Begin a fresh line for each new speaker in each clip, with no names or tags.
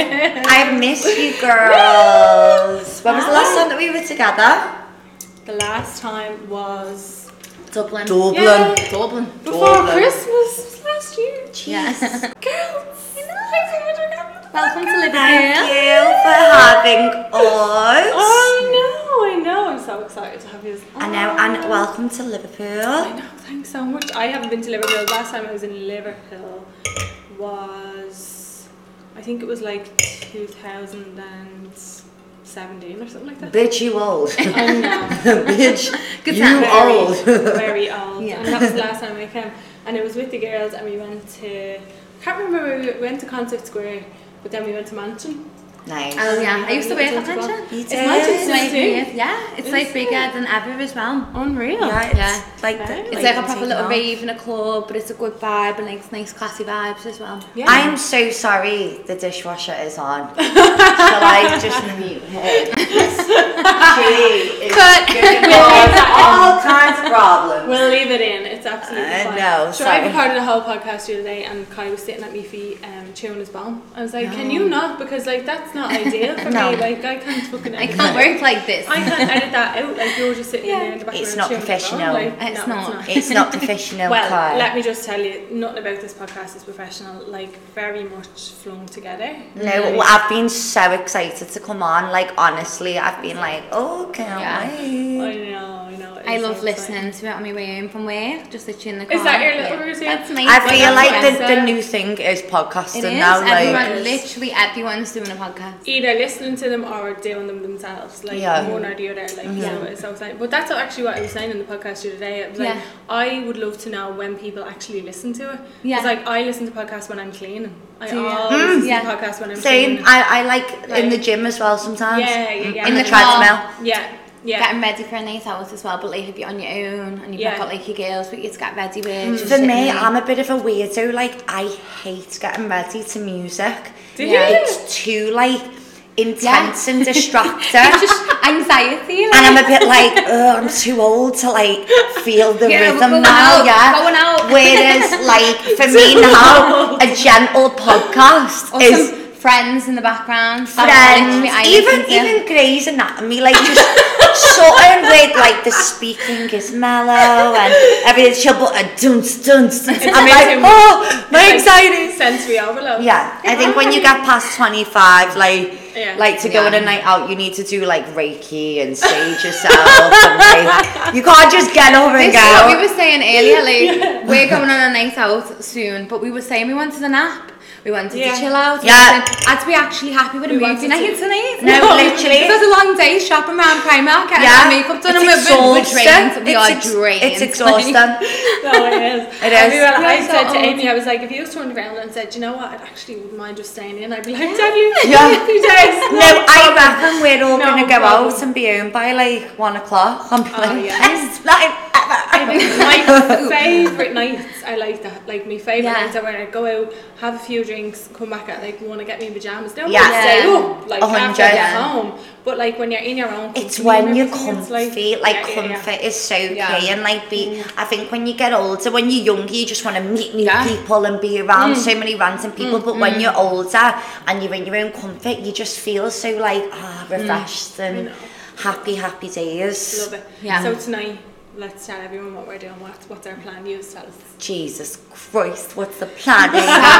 I miss you girls. when was the last time that we were together?
The last time was
Dublin.
Dublin.
Yeah.
Dublin.
before
Dublin.
Christmas last year.
Yes.
Girls, I
Welcome to Liverpool.
Thank you for having us.
Oh, I know, I know. I'm so excited to have you. as-
I know, and welcome to Liverpool.
I know, thanks so much. I haven't been to Liverpool. Last time I was in Liverpool was, I think it was like 2017 or something like that.
Bitch, you old.
I know.
Bitch,
Good
you
very,
old.
very old.
Yeah.
And that was the last time I came. And it was with the girls, and we went to. I can't remember, where we went to Concert Square, but then we went to Mansion.
Nice.
Oh yeah, I used to work
Yeah,
at Mansion.
You
It's
did.
Mansion's
It's
nice
like
too.
yeah, it's
Is
like
it?
bigger than ever as well.
Unreal.
Yeah, it's
Yeah.
like the,
It's
It's
Like,
like a
the
proper little
takeoff.
rave and a club, but it's a good vibe and like it's nice classy vibes as well.
Yeah.
I am so sorry the dishwasher is on. Shall I just mute her? she is
Cut.
giving us all kinds of problems.
We'll leave it in. It's absolutely
I
fine.
know,
So
sorry.
I recorded a whole podcast the other day, and Kai was sitting at my feet, um, chewing his bum. I was like, "Can you not? Because like that's not ideal for
No.
me. Like I can't fucking.
I
edit
can't
that.
work like this.
I can't edit that out. Like you're just sitting in there in the background.
It's not
chewing your bum,
professional.
Like,
It's
no,
not.
It's not.
It's not professional,
well,
Kyle.
let me just tell you, nothing about this podcast is professional. Like very much flung together.
no,
Mm.
well, I've been so excited to come on. Like, honestly, I've been like, oh, can't
Yeah.
wait.
I know. I know. it
I
is
love
so exciting.
listening to it on my way home from work, just literally in the car.
Is that your little
Yeah.
routine?
That's my.
I
Well,
feel
that's
like
nice.
the, the new thing is podcasting
It is.
now. Like,
Everyone, literally everyone's doing a podcast.
either listening to them or doing them themselves, like
Yeah.
one or the other. Like
Yeah.
so, it's so exciting. But that's actually what I was saying in the podcast the other day. It was like
Yeah.
I would love to know when people actually listen to it.
Yeah.
It's like I listen to podcasts when I'm cleaning. I
Do you?
always
Mm.
listen
Yeah.
to podcasts when I'm
same.
cleaning.
I, I like, in
Like-
the gym as well sometimes.
Yeah, yeah, yeah.
In the
In the car.
treadmill.
Yeah. Yeah.
Getting ready for a night out as well, but like if you're on your own and you've
Yeah. Hmm.
got like your girls, but you to get ready with. just
For
sitting
me,
there.
I'm a bit of a weirdo. Like, I hate getting ready to music.
Do
Yeah.
you?
It's too, like, intense and distracting.
just anxiety. Like,
and I'm a bit like, oh, I'm too old to, like, feel the
Yeah,
rhythm
going
now,
out,
yeah.
going out.
Whereas, like, for me now, a gentle podcast
or
is...
some friends in the background. That's
friends,
literally I
even
listen to.
even Grey's Anatomy, like just something with like the speaking is mellow and everything's chill, but a dunce dunce. dunce. I'm like,
amazing.
oh, my
Like,
anxiety.
Sensory overload.
Yeah, I think when you get past 25, like,
Yeah.
like to go on
Yeah.
a night out, you need to do like Reiki and sage yourself. and, like, you can't just get over and
This is what we
go.
were saying earlier. Like we're going on a night out soon, but we were saying we wanted a nap. We wanted
Yeah.
to chill out.
Yeah.
We wanted, had to be actually happy with a
We
movie
wanted
night
to-
tonight.
No, literally.
It was a long day shopping around Primark, getting
Yeah,
our makeup done,
it's
and we're, we're, we're drained. We
It's
are
ex-
drained.
It's
Like,
exhausting.
No, it is.
It
I
is.
mean, well, I
Yeah, so
said to
old.
Amy, I was like, if you was turned around and said, you know what, I actually wouldn't mind just staying in, I'd be like, damn you,
Yeah.
you days.
No, I reckon we're all
No
gonna go
problem.
out and be home by like one o'clock. I'm
Oh,
like,
yeah.
best night
my
ever.
favourite nights are like that. Like my favourite
Yeah.
nights are when I go out, have a few drinks, come back at like one, I get me in pajamas. Now
Yeah.
yeah. I stay
Yeah.
up like
A
after I get
hundred.
home. But like when you're in your own,
It's
company
when
and
you're
everything, it's
comfy, like, like
yeah, yeah, yeah.
comfort is so key,
Yeah. Mm.
and like be. I think when you get older, when you're younger, you just want to meet new
Yeah. Mm.
people and be around so many random people. But when you're older and you're in your own comfort, you just feel so like ah
Mm.
refreshed and
know.
happy, happy days.
Love it.
Yeah.
So tonight, let's tell everyone what we're doing. What's what's our plan? You tell us.
Jesus Christ, what's the plan? Ava?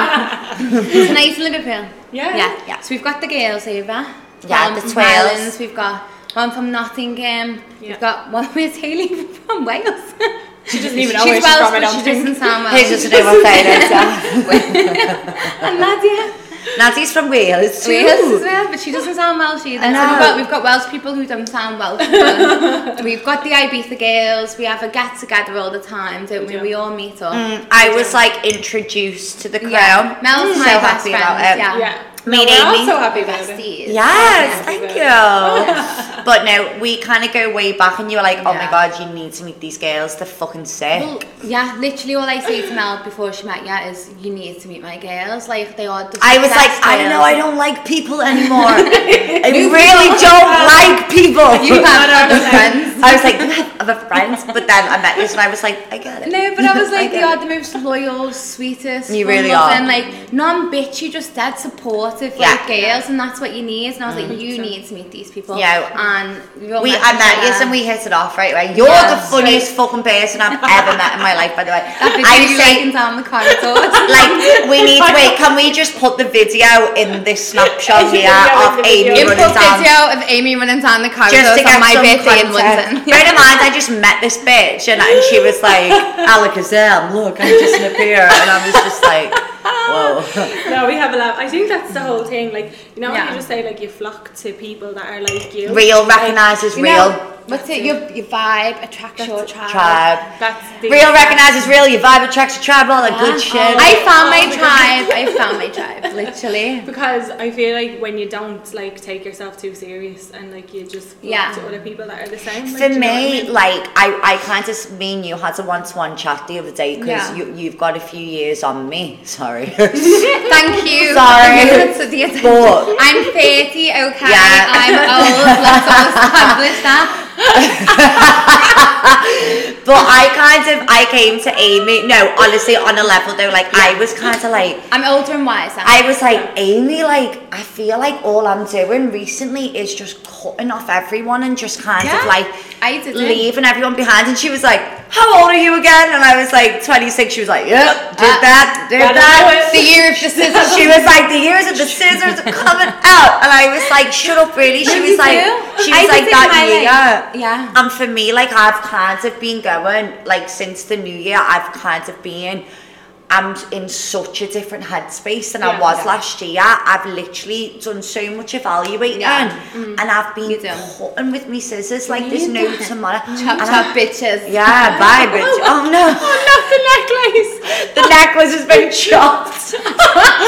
Tonight in Liverpool.
Yeah.
Yeah.
Yeah.
So we've got the girls over.
Yeah,
One
the
from
twelves.
Highlands, We've got one from Nottingham.
Yeah.
We've got one where's Hayley from Wales.
She doesn't even know
she's
where she's
Welsh,
from, I
but
don't
she
think.
doesn't sound Welsh.
Who's just an overfavourite?
and Nadia.
Nadia's from Wales too.
Wales as well, but she doesn't sound Welsh either.
I
So we've
know.
got, we've got Welsh people who don't sound Welsh. but we've got the Ibiza girls. We have a get together all the time, don't we?
do.
We all meet up.
Mm, I was like introduced to the crowd.
Yeah. Mel's
so
my best
happy
friend.
about it.
Yeah.
Yeah.
Me
No,
and
we're
Amy.
also happy about it.
Besties.
Yes,
Yeah.
thank you. but no, we kind of go way back, and you were like, "Oh
Yeah.
my god, you need to meet these girls. They're fucking sick."
Well, yeah, literally all I say to Mel before she met you is, you need to meet my girls. Like, they are the
I was like,
best
"I
girls."
know I don't like people anymore. I really don't like people."
You have
I
other
was like-
friends.
I was like, "You have other friends," but then I met you, and I was like, "I get it."
No, but I was like,
get it.
you are the most loyal, sweetest.
You really
fun-loving,
are.
Like, non bitchy, just dead support. supportive for
Yeah. Mm.
the girls, and that's what you need. And I was like, you
100%.
need to meet these people.
Yeah.
and you're
We, I
matching
met you
them.
and we hit it off right away. You're
Yeah,
the funniest fucking person I've ever met in my life, by the way.
That video
I
you
say,
liking down the corridor.
like, we need to wait. Can we just put the video in this snapshot here
Yeah, with
of
the
Amy
video.
running
Input
down?
video of Amy running down the corridor
just to
on
get
my
some
birthday in
content.
London.
Bear in mind, I just met this bitch and, and she was like, Alakazam, look, I'm just in a beer. And I was just like, whoa.
No, we have a laugh. I think that's the
Mm-hmm.
whole thing. Like, you know, when
Yeah.
you just say, like, you flock to people that are like you.
Real recognises
You
real.
know, what's it? Your, your vibe attracts your tribe.
tribe.
That's the
Real recognises real, your vibe attracts your tribe, all that
Yeah.
good shit.
Ah, I found
Oh
my
my
tribe. I found my tribe, literally.
Because I feel like when you don't like take yourself too serious and like you just flock
Yeah.
to other people that are the same. Like,
For
do you know what I
me,
mean?
like I, I kind of me and you had a one-to-one chat the other day because
Yeah.
you, you've got a few years on me. Sorry,
Thank you.
Sorry.
Thank you for the attention.
But-
I'm 30, okay?
Yeah.
I'm old. Let's all establish that.
but I kind of I came to Amy. No, honestly, on a level though, like I was kind of like
I'm older and wiser.
I was like, Amy, like, I feel like all I'm doing recently is just cutting off everyone and just kind of
Yeah,
like
I did it.
leaving everyone behind. And she was like, How old are you again? And I was like, 26. She was like, Yep, did
Uh,
that, did
that'll
that.
the year of the scissors.
She was like, The years of the scissors are coming out. And I was like, Shut up, really. She was like, She was like, That year.
yeah.
And Um, for me, like I've kind of been going like since the new year, I've kind of been I'm in such a different headspace than I
Yeah.
was
Yeah.
last year. I've literally done so much evaluating
Yeah. Mm-hmm.
and I've been
You do.
cutting with me scissors like there's no tomorrow.
Chop
And
chop
I-
bitches.
yeah, bye bitch. Oh no.
Oh, not the necklace.
The necklace has been chopped.
Chop,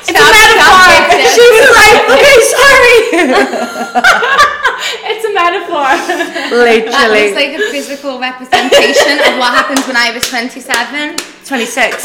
It's a
chop,
metaphor.
bitches.
She was like, okay, sorry.
It's a metaphor.
That looks
Literally.
like a physical representation of what happens when I was 27.
26.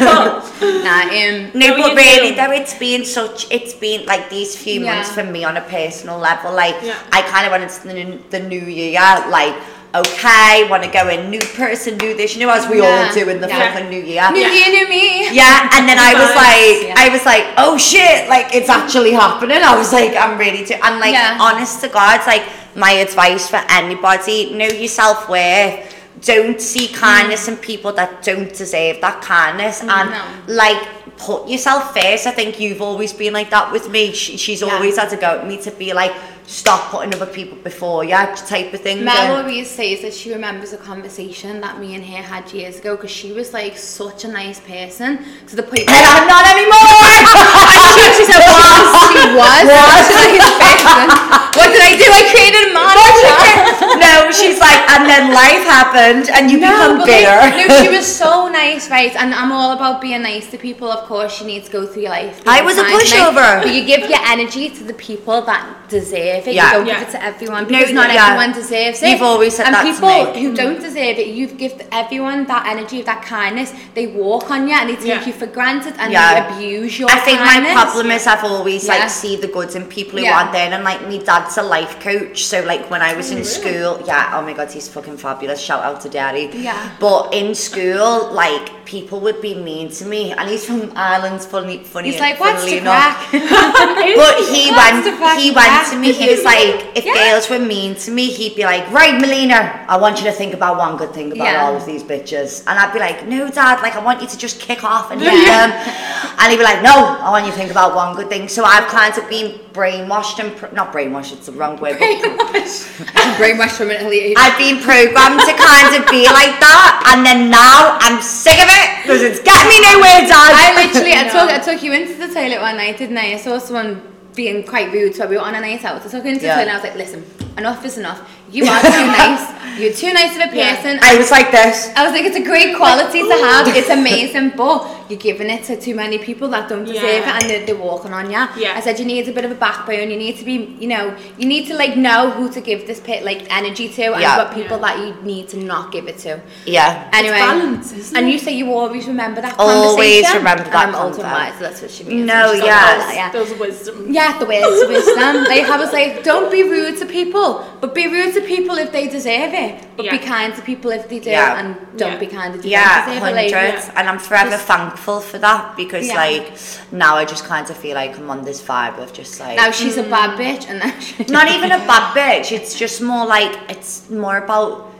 Nah, um,
No,
No,
but
you
really
do.
though, it's been such. It's been like these few
Yeah.
months for me on a personal level. Like
Yeah.
I kind of went into the, n- the new year, like okay, want to go in, new person, new this, you know, as we
Yeah.
all do in the
Yeah.
fucking new year.
new
Yeah.
year, new me.
Yeah, and then I was
Vibes,
like,
yeah.
I was like, oh shit, like it's actually happening. I was like, I'm ready to. And like,
Yeah.
honest to God, like my advice for anybody: know your self worth. Don't see
Mm.
kindness in people that don't deserve that kindness, and
no.
like put yourself first. I think you've always been like that with me. She, she's
Yeah.
always had to go at me to be like, stop putting other people before you, type of thing.
Mel
and-
always says that she remembers a conversation that me and her had years ago because she was like such a nice person to the
and
point that
I'm not anymore.
she said, "Wow, she was. Such a nice person. What did I do? I created a monster.
no, she's like, and then life happened, and you become
but
bitter.
Like, no, she was so nice, right? And I'm all about being nice to people. Of course, you need to go through your life.
I
being
was a
kind, nice,
pushover.
But you give your energy to the people that deserve it.
Yeah.
You don't
Yeah.
give it to everyone because not
yeah.
everyone deserves it.
You've always said
and
that to
people
me.
who don't deserve it, you've given everyone that energy, that kindness. They walk on you and they take
Yeah.
you for granted and
Yeah.
they abuse your
I think my
kindness.
problem is I've always
Yeah.
like see the goods in people who
Yeah.
aren't there, and like my dad's a life coach, so like when I was in school, yeah, oh my god, he's fucking fabulous. Shout out to daddy.
Yeah.
But in school, like people would be mean to me, and he's from Ireland's funny, funny.
He's like, what's
funnily
the
enough.
crack?
But he went.
That's the fucking
He went
fact.
to me. He was like, if
Yeah.
girls were mean to me, he'd be like, right, Melina, I want you to think about one good thing about
Yeah.
all of these bitches, and I'd be like, no, dad, like I want you to just kick off and hit
Yeah.
them, and he'd be like, no, I want you to think about one good thing. So I've kind of been brainwashed and pr- not brainwashed. It's the wrong word. But
I'm brainwashed from an elite.
I've been programmed to kind of be like that, and then now I'm sick of it because it's getting me nowhere, dad.
I literally, I
No.
took, I took you into the toilet one night, didn't I? I saw someone being quite rude, so we were on a night out. So I took her into
Yeah.
the toilet and I was like, listen, enough is enough. You are too nice. You're too nice of a
Yeah.
person.
I was like this.
I was like, it's a great quality to have. It's amazing, but you're giving it to too many people that don't deserve
Yeah.
it, and they're, they're walking on you.
Yeah.
I said you need a bit of a backbone. You need to be, you know, you need to like know who to give this pit like energy to, and
Yeah.
what people
Yeah.
that you need to not give it to.
Yeah.
Anyway,
balance, isn't
and
it?
you say you always remember that
Always
conversation.
remember
And
that
I'm old and
convo.
wise, so that's what she means.
No,
She's like,
yes.
"Oh, yeah.
Those wisdom.
Yeah, the words of wisdom. like I was like, don't be rude to people, but be rude to people if they deserve it, but be
Yeah.
kind to people if they do,
Yeah.
and don't
Yeah.
be kind if you
Yeah,
don't deserve it.
hundreds,
Like,
and I'm forever
Just-
thankful for that because
Yeah.
like now I just kind of feel like I'm on this vibe of just like
now she's a
Mm.
bad bitch, and now she,
not e- even a bad bitch. It's just more like it's more about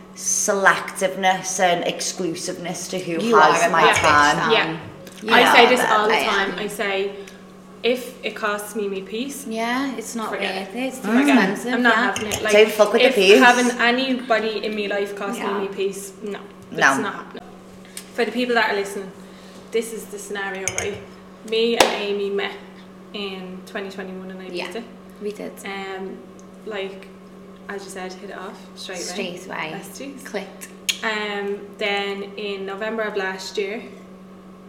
selectiveness and exclusiveness to who
You
has
are a
my
bad bitch,
time.
Um,
yeah.
you
I
know
say this
that
all the
I am.
time. I say, if it costs me my peace,
yeah, it's not
Forget it.
worth it. It's
Mm.
too
forget it.
expensive.
I'm not
yeah.
having it. Like,
Don't fuck with the
if
peace.
having anybody in my life costs
Yeah.
me my peace, no, it's
No.
not happening. For the people that are listening, this is the scenario, right? Me and Amy met in 2021 and I
Yeah.
yeah. it.
We did
Um, like, as you said, hit it off straight away.
straight away.
Best days.
Clicked.
Um, then in November of last year,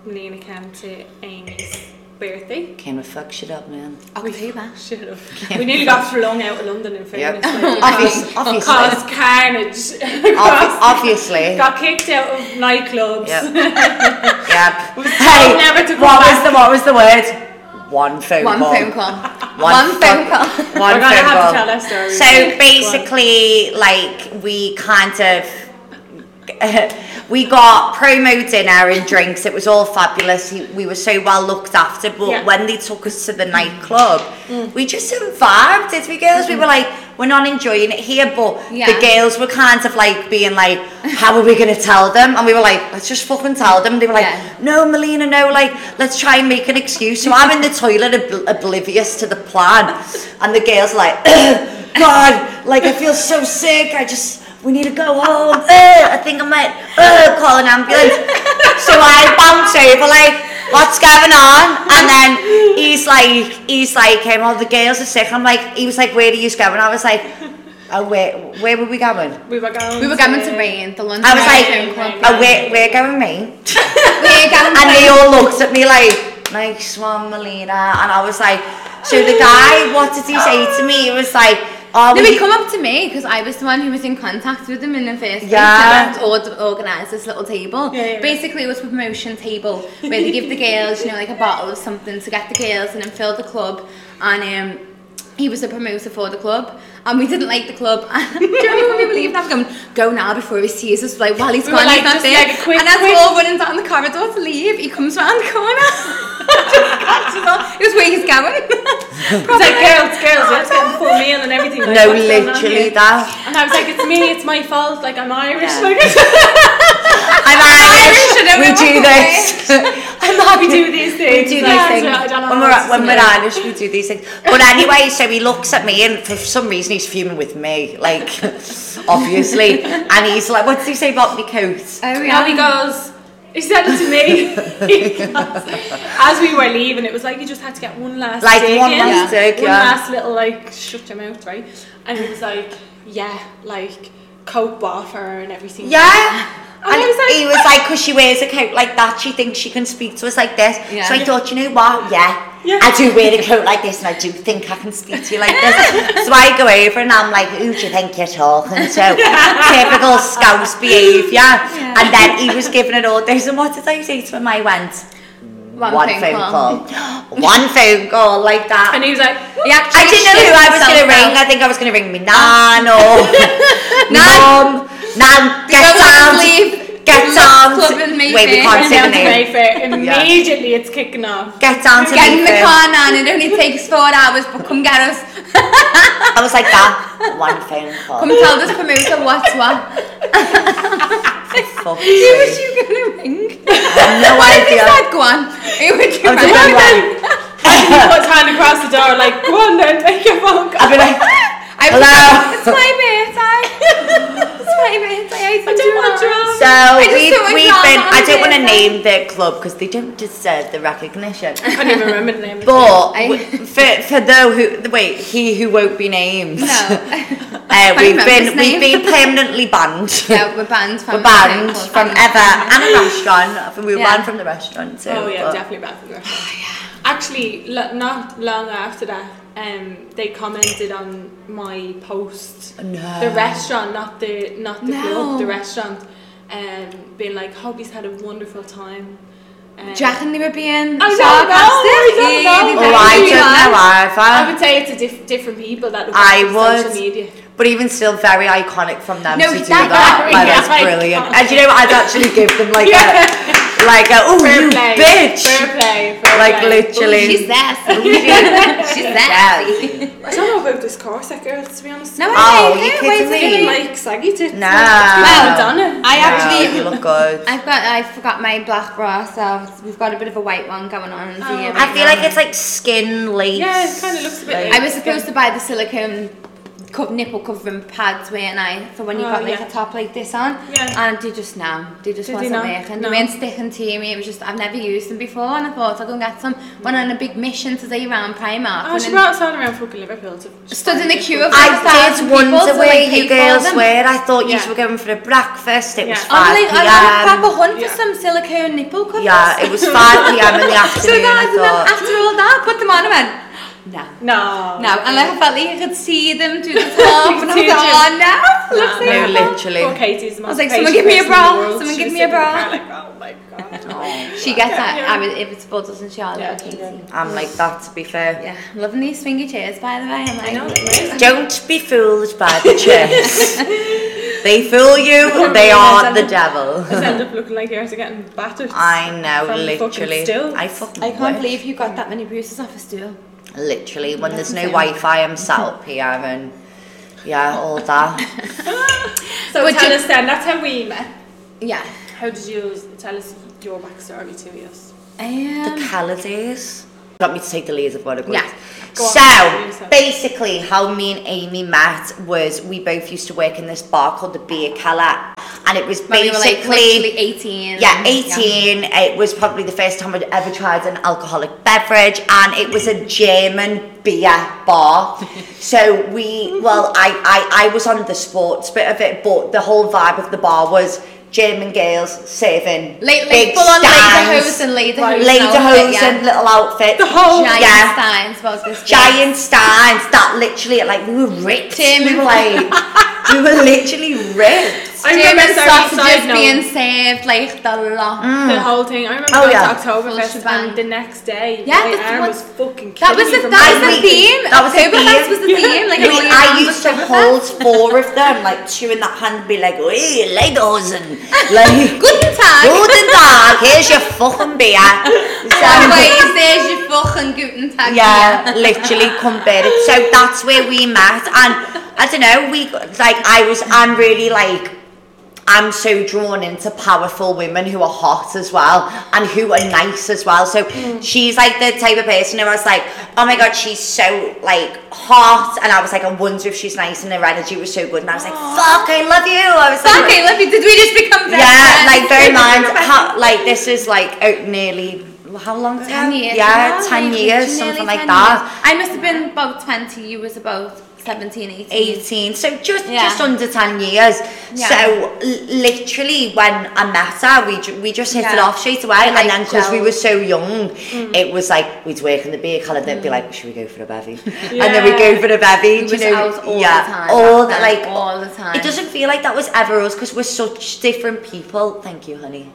Melina came to Amy's birthday.
Can we fuck shit up, man?
October.
Shut up. We nearly got flung out of London in
Yep.
fairness. like,
Obvious-
caused-
obviously.
Caused carnage.
Ob- obviously.
got kicked out of nightclubs.
Yep. yep.
Was
Hey,
told never to come
what was
back.
the what was the word? One phone
One
call.
phone call.
One,
One phone
fuck-
call.
One
We're
phone
gonna have
call.
to tell that story.
So basically, like we kind of. we got promo dinner and drinks. It was all fabulous. He- We were so well looked after. But
Yeah. Mm.
when they took us to the nightclub, we just didn't vibe, did we, girls? We were like, we're not enjoying it here. But
Yeah.
the girls were kind of like being like, how are we going to tell them? And we were like, let's just fucking tell them. They were like,
Yeah.
no, Melina, no, like, let's try and make an excuse. So I'm in the toilet ob- oblivious to the plan. And the girl's like, God, like, I feel so sick. I just, we need to go home. Uh, I think I might uh, call an ambulance. So I bounce over, like, what's going on? And then he's like, he's like, hey, all the girls are sick. I'm like, he was like, where are you going? I was like, oh, where, where were we going?
we were going.
We were going to rain. The London
I was
Marathon
like,
Club.
oh, where, where going, mate?
We're going
and
to
they all looked at me like, nice one, Melina. And I was like, so the guy, what did he say to me? He was like, oh,
No,
will
he
you-
come up to me because I was the one who was in contact with them in the first place.
Yeah.
So I had organised this little table.
Yeah, yeah.
Basically, it was a promotion table where they give the girls, you know, like a bottle of something to get the girls and then fill the club. And um, he was a promoter for the club. And we didn't like the club. And do you remember when we were leaving? I was going, go now before he sees us. Like, while he's
We were
gone,
like,
he's not
just
there.
like a quick-
and as
quick-
we're all running down the corridor to leave, he comes round the corner. just catches us. It was where he's going.
It's like girls, girls, let's get the full meal and everything. Like,
no,
what's going on
literally
here?
that.
And I was like, it's me, it's my fault. Like I'm Irish.
Yeah.
Like
I'm
Irish and
Irish.
everyone
We do
was like-
this. I'm not.
we do these things.
We do
like,
these
I
things.
don't know how
When we're,
else to
when
say
we're
it.
Irish, we do these things. But anyway, so he looks at me and for some reason he's fuming with me, like, obviously. And he's like, what did he say about my coat?
Oh, yeah.
Now he goes. He said it to me. He goes, As we were leaving, it was like you just had to get one last
Like,
dig
one
in,
last dig,
one
yeah.
last little like shut your mouth, right? And he was like, yeah, like coke buffer and everything.
Yeah.
And
And
I was like-
he was like, because she wears a coat like that, she thinks she can speak to us like this.
Yeah.
So I thought, you know what? Yeah.
Yeah.
I do wear a coat like this and I do think I can speak to you like this. so I go over and I'm like, who do you think you're talking to? Typical scouse behaviour. And then he was giving it all this. And what did I say to him? I went,
One phone
call. one phone call like that.
And he was like,
He
I
actually
didn't know who I was
shit
going to
himself
ring. I think I was going to ring me nan or mum. Nan, get
Go on,
down.
leave.
Get
Love
down.
club
to-
in
Wait,
Mayfair.
we can't
"Going
say
down
the
to
name.
Mayfair." Immediately, it's kicking off.
Get down to
Get in the
Mayfair.
car, Nan. It only takes four hours, but come get us.
I was like that. One phone call.
Come tell this promoter what's what.
Fuck.
Who was you gonna ring?
No
What if you
idea.
said go on? Who would you
I was
ring?
like,
And he put his hand across the door, like, "Go on then, make your phone call."
I'd be like,
I was
Hello?
like, it's my birthday. it's my birthday. I,
I don't want drugs.
so
just
we've,
don't want
we've
to
been,
on
I don't want to
Mayfair.
name the club because they don't deserve the recognition.
I can't even remember the name. of it.
But
I-
w- for, for those who, wait, he who won't be named.
No.
Uh, we've
remember
been
his
we've
name.
been permanently banned.
no, we're banned from
We're banned
Liverpool,
from ever and a restaurant. I think we were
Yeah.
banned from the restaurant too.
Oh yeah,
but-
definitely back from there. Actually, lo- not long after that, um, they commented on my post.
No.
The restaurant, not the not the
No.
"Oh, club, the restaurant, um, being like, "Hope he's had a wonderful time." Um,
Do you reckon they were being
I don't know, I
sarcastic?
don't know.
they
Oh,
Well,
I don't
definitely were.
know either.
I would say it to diff- different people that look
I
at social
would.
media.
But even still, very iconic from them to
No,
do that.
that- that-
yeah,
Like, that's
iconic.
brilliant. And you know, what? I'd actually give them like
Yeah.
a, like a, oh
Fair
you
play.
bitch.
Fair play. Fair
Like,
play.
literally.
Ooh, She's
Oh,
sassy. She's sassy.
I don't know about this Corset girl, to be honest.
No,
Oh,
I
you
don't.
kidding
Wait,
me?
even
wait.
like saggy tits.
No.
Well done.
I
Yeah,
actually,
you look good.
I've got, I forgot my black bra, so we've got a bit of a white one going on. in here
Oh.
right
I feel
now.
like it's like skin lace.
Yeah, it kinda looks a bit
Like-
like-
I was supposed to buy the silicone co- nipple covering pads, weren't I? For when you
Oh,
got like
yeah.
a top like this on.
Yeah.
And they just no, they just
Did they
wasn't
not?
working.
No.
They weren't sticking to me. It was just I've never used them before, and I thought I'll go and get some. Went on a big mission today around Primark.
Oh,
and
she
then
brought us all around fucking Liverpool to.
stood in the queue of like
I
thousands
did
of people
wonder
to
where
like
you
pay for
girls
them.
were. I thought you
Yeah.
were going for a breakfast. It was
Yeah. Oh,
I'm
5
like, I'm on a
p.m.
proper hunt for
Yeah.
some silicone nipple covers.
Yeah, it was 5 p.m. in the
So
afternoon.
guys, and then
I thought,
after all that, put them on and went, no.
No.
No, and like I felt like you could see them through the top, and I was
Did
like,
you?
oh no, looks
No,
like
no,
a-
literally.
Poor Katie's the most
was like, someone
patient
give me
person
a
in the
bra,
world. She
someone give
was
me a
sitting
bra.
in the car Like, oh my god.
She gets
Yeah,
that.
yeah.
I mean, if it's full, doesn't she? I'll
Yeah,
yeah,
yeah.
I'm like that, to be fair.
Yeah, I'm loving these swingy chairs, by the way. I'm like,
I know. it's amazing.
Don't be fooled by the chicks. they fool you, they are the devil.
Just end up looking like yours are getting battered.
I know,
From the fucking
literally.
stilts.
I fucking
I can't
wish.
believe you got that many bruises off a stool.
Literally, when there's no
Yeah.
Wi Fi, I'm sat up here and yeah, all that.
So
But
tell
you-
us then, that's how we met.
Yeah.
How did you tell us your backstory to us?
the
Um,
calendars. Got me to take the lead of what it was.
Yeah.
Go on, do
So
yourself.
basically, how me and Amy met was we both used to work in this bar called the Beer Keller, and it was
when we were like
basically.
literally 18.
yeah, 18. It was probably the first time I'd ever tried an alcoholic beverage, and it was a German beer bar. so we, well, I, I, I was on the sports bit of it, but the whole vibe of the bar was German girls serving
Late,
big
late, full on
stands.
Lederhosen, Lederhosen.
Lederhosen,
outfit, yeah. Oh,
little outfit.
The whole-
Giant
yeah.
steins, what was this?
Giant stands that literally, like, we were ripped.
Tim.
We were like, we were literally ripped.
I
German
remember
sausages being served, like the lot.
the whole thing. I remember
Oh,
going to
yeah.
Full
Oktoberfest
shebang.
and the next day,
Yeah,
my
that's the
arm
one-
was fucking killing
That was
me
the,
from
that was
my
the
week.
theme.
That was the
Oktoberfest
theme.
was the theme. Like,
We,
all your
I
hands
used to
on Oktoberfest.
hold four of them, like two in that hand, and be like, "Hey, Legos and like,
Guten Tag.
Guten Tag, here's your fucking beer." So,
Always there's your fucking Guten Tag.
yeah, literally compared. it. So that's where we met, and I don't know. We like, I was, I'm really like. I'm so drawn into powerful women who are hot as well and who are nice as well. So she's like the type of person who I was like, oh my god, she's so like hot, and I was like, I wonder if she's nice, and her energy was so good, and I was like, fuck, I love you. I was like,
Okay, Lippy, did we just become best
yeah,
friends?
like bear in mind, how, like this is like oh, nearly how long ago?
10 years.
Yeah,
now,
ten
like,
years,
nearly
something like
10
that.
years. I must have been about 20, you was about 17, 18.
18 so just
Yeah.
just under 10 years
Yeah.
so l- literally when I met her we, ju- we just hit it
Yeah.
off straight away
We,
and
like, Mm.
then because we
gelled.
were so young it was like we'd work in the beer club and they'd be like should we go for a bevy and then we'd go for a bevy
Mm.
do
We was
you know
out all
yeah
the time.
all the,
back then,
like
all the time.
it doesn't feel like that was ever us because we're such different people. Thank you, honey.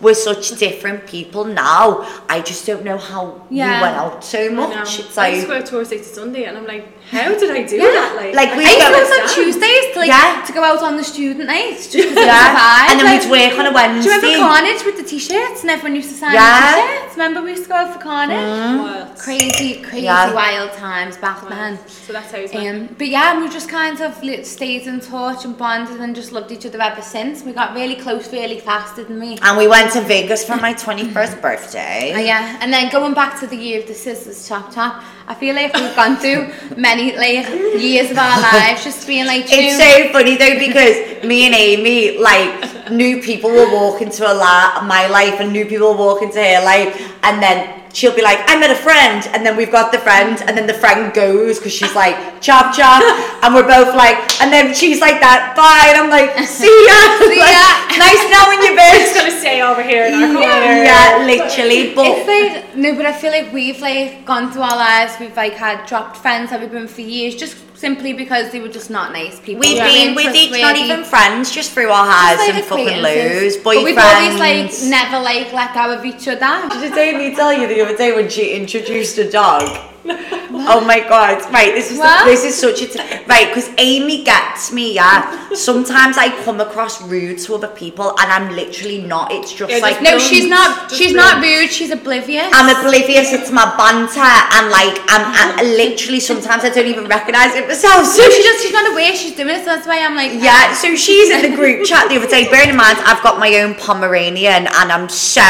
We're such different people now. I just don't know how
Yeah.
we went out so
I know.
much. It's
I used to go
like,
out to Thursday to Sunday, and I'm like, how did I do
Yeah.
that? Like,
Like, we
I used to
go-
go out on Tuesdays to like
Yeah.
to go out on the student nights just 'cause it was a
yeah.
vibe,
And
like-
then we'd work on a
Do
Wednesday.
you remember Carnage with the t-shirts and everyone used to sign
Yeah. Mm.
the t-shirts? Remember we used to go out for Carnage?
Wild.
Crazy, crazy
Yeah.
wild times back
Oh,
Wild.
then.
So that's how it's met.
Um, but yeah, we just kind of li- stayed in touch and bonded and just loved each other ever since. We got really close really fast, didn't we?
And we went to Vegas for my 21st birthday.
Uh, yeah, and then going back to the year of the scissors chop chop, I feel like we've gone through many like years of our lives just being like,
It's
"June,
so funny though because me and Amy, like, new people will walk into a la- my life and new people will walk into her life, and then she'll be like, I met a friend, and then we've got the friend, and then the friend goes because she's like, chop chop, and we're both like, and then she's like that, bye, and I'm like, see ya,
See
Like,
ya.
nice knowing you,
Just
bitch.
gonna stay over here in our corner.
yeah, literally, but
It's like no, but I feel like we've like gone through our lives. We've like had dropped friends that we've been for years, just simply because they were just not nice people.
We've
They
been
weren't
with each, not
trustworthy.
even friends, just through our highs
Just, like,
and fucking lows,
acquaintances.
boyfriends.
But we've always like never like let go of each other.
Did Amy tell you the other day when she introduced a dog? oh my god! Right, this is the-
What?
this is such a t- right because Amy gets me. Yeah, sometimes I come across rude to other people, and I'm literally not. It's just
Yeah, just
like
No,
Don't.
she's not.
Just
She's
don't.
not rude. She's oblivious.
I'm oblivious. It's my banter, and like I'm, i literally sometimes I don't even recognize it myself. So
no,
she
she just she's not aware she's doing it. So that's why I'm like,
Yeah, so she's in the group chat the other day. Bearing in mind, I've got my own Pomeranian, and I'm so,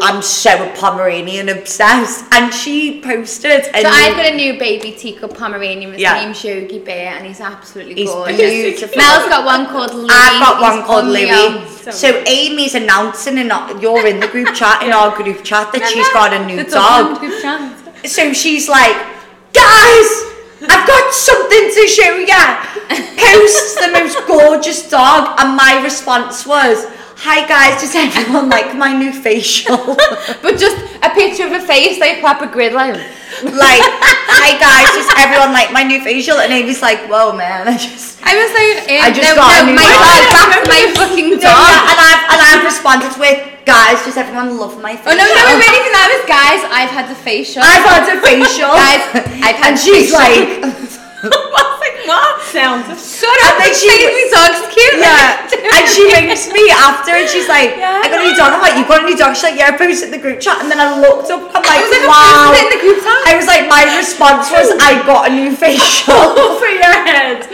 I'm so Pomeranian obsessed. And she posted, and
So I've got a new baby teacup Pomeranian. His
Yeah.
name's Yogi Bear, and he's absolutely
He's
gorgeous.
beautiful.
Mel's got one called Louie.
I've got
He's
one called
unreal.
Louis.
So-
So Amy's announcing, and you're in the group chat in our group chat that she's
Remember?
got a new
The
dog.
Good chance.
So she's like, guys, I've got something to show ya. Posts the most gorgeous dog, and my response was, "Hi guys, does everyone like my new facial?"
But just a picture of a face, they pop a grid line.
like, hi guys, does everyone like my new facial? And Amy's like, whoa, man, I just.
I was like, eh,
I just
no,
got a
no,
new
my
dog.
dog, that's my fucking
No,
dog.
yeah, and I've and I've responded with, guys, does everyone love my facial?
Oh no, no, we waited for that was guys. I've had the facial.
I've had a facial,
Guys, I've had
and she's
facial.
like,
What? Sounds.
Shut up!
And then
This
she
baby dog's cute.
yeah. And she rings me after, and she's like,
Yeah.
I got a new dog. I'm like, you got a new dog? She's like, yeah, I posted it in the group chat, and then I looked up. I'm like,
was like a
wow.
person in the group chat.
I was like, my response was, I got a new facial.
Over your head.